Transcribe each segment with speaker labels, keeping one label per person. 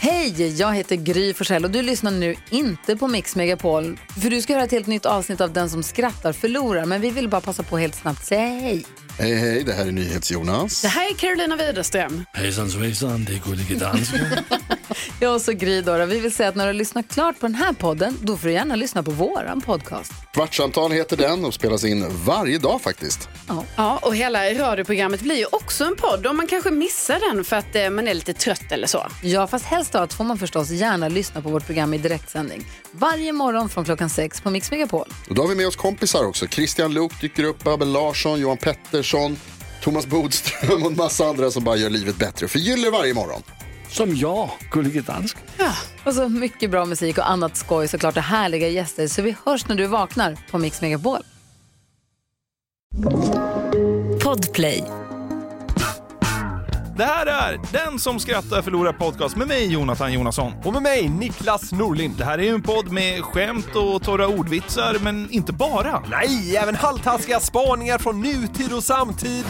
Speaker 1: Hej, jag heter Gry Forssell och du lyssnar nu inte på Mix Megapol. För du ska höra ett helt nytt avsnitt av Den som skrattar förlorar. Men vi vill bara passa på helt snabbt säga hej.
Speaker 2: Hej, Eh, hej, det här är NyhetsJonas.
Speaker 3: Det här är Carolina Widerström.
Speaker 4: Hejsan svejsan, det är Gullige Dansken.
Speaker 1: Jag och så Gry Dora. Vi vill säga att när du har lyssnat klart på den här podden, då får du gärna lyssna på våran podcast.
Speaker 2: Kvartsamtal heter den och spelas in varje dag faktiskt.
Speaker 3: Ja, och hela radioprogrammet blir ju också en podd och man kanske missar den för att eh, man är lite trött eller så.
Speaker 1: Ja, fast helst av allt får man förstås gärna lyssna på vårt program i direktsändning. Varje morgon från klockan sex på Mix Megapol.
Speaker 2: Och då har vi med oss kompisar också. Christian Luuk dyker upp, Abel Larsson, Johan Pettersson, Thomas Bodström och en massa andra som bara gör livet bättre och förgyller varje morgon.
Speaker 4: Som jag, Gullige Dansken.
Speaker 1: Och så mycket bra musik och annat skoj såklart och härliga gäster. Så vi hörs när du vaknar på Mix Megapol.
Speaker 5: Podplay.
Speaker 6: Det här är Den som skrattar förlorar podcast med mig Jonathan Jonasson.
Speaker 7: Och med mig Niklas Norlind.
Speaker 6: Det här är ju en podd med skämt och torra ordvitsar, men inte bara.
Speaker 7: Nej, även halvtaskiga spaningar från nutid och samtid.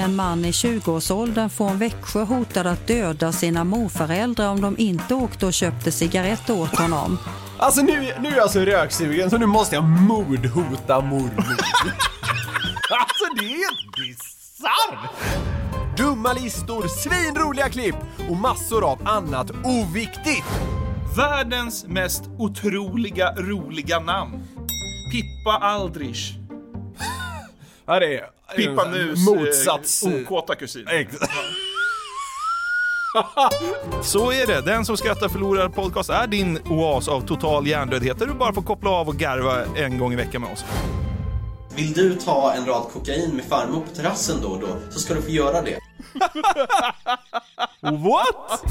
Speaker 8: En man i 20-årsåldern från Växjö hotade att döda sina morföräldrar om de inte åkte och köpte cigaretter åt honom.
Speaker 7: Alltså nu, nu är jag så röksugen så nu måste jag mordhota mormor. alltså det är helt bisarrt! Dumma listor, svinroliga klipp och massor av annat oviktigt.
Speaker 6: Världens mest otroliga roliga namn. Pippa Aldrich.
Speaker 7: Ja, det är eh,
Speaker 6: Pippa Mus.
Speaker 7: Motsats.
Speaker 6: Eh, okåta kusin.
Speaker 7: Ex-
Speaker 6: Så är det. Den som skrattar förlorar podcast är din oas av total hjärndödhet där du bara får koppla av och garva en gång i veckan med oss.
Speaker 9: Vill du ta en rad kokain med farmor på terrassen då och då så ska du få göra det.
Speaker 6: What?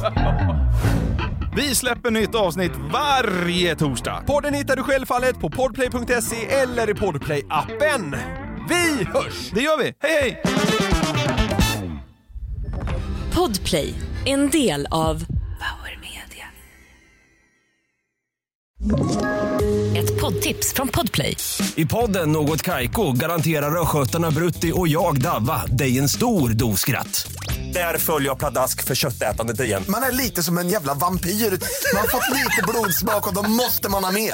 Speaker 6: Vi släpper nytt avsnitt varje torsdag.
Speaker 7: Podden hittar du självfallet på podplay.se eller i podplay-appen. Vi hörs!
Speaker 6: Det gör vi. Hej, hej!
Speaker 5: Podplay. En del av Power Media. Ett poddtips från Podplay.
Speaker 10: I podden Något Kaiko garanterar östgötarna Brutti och jag, Davva, dig en stor dos skratt. Där följer jag pladask för köttätandet igen.
Speaker 11: Man är lite som en jävla vampyr. Man har fått lite blodsmak och då måste man ha mer.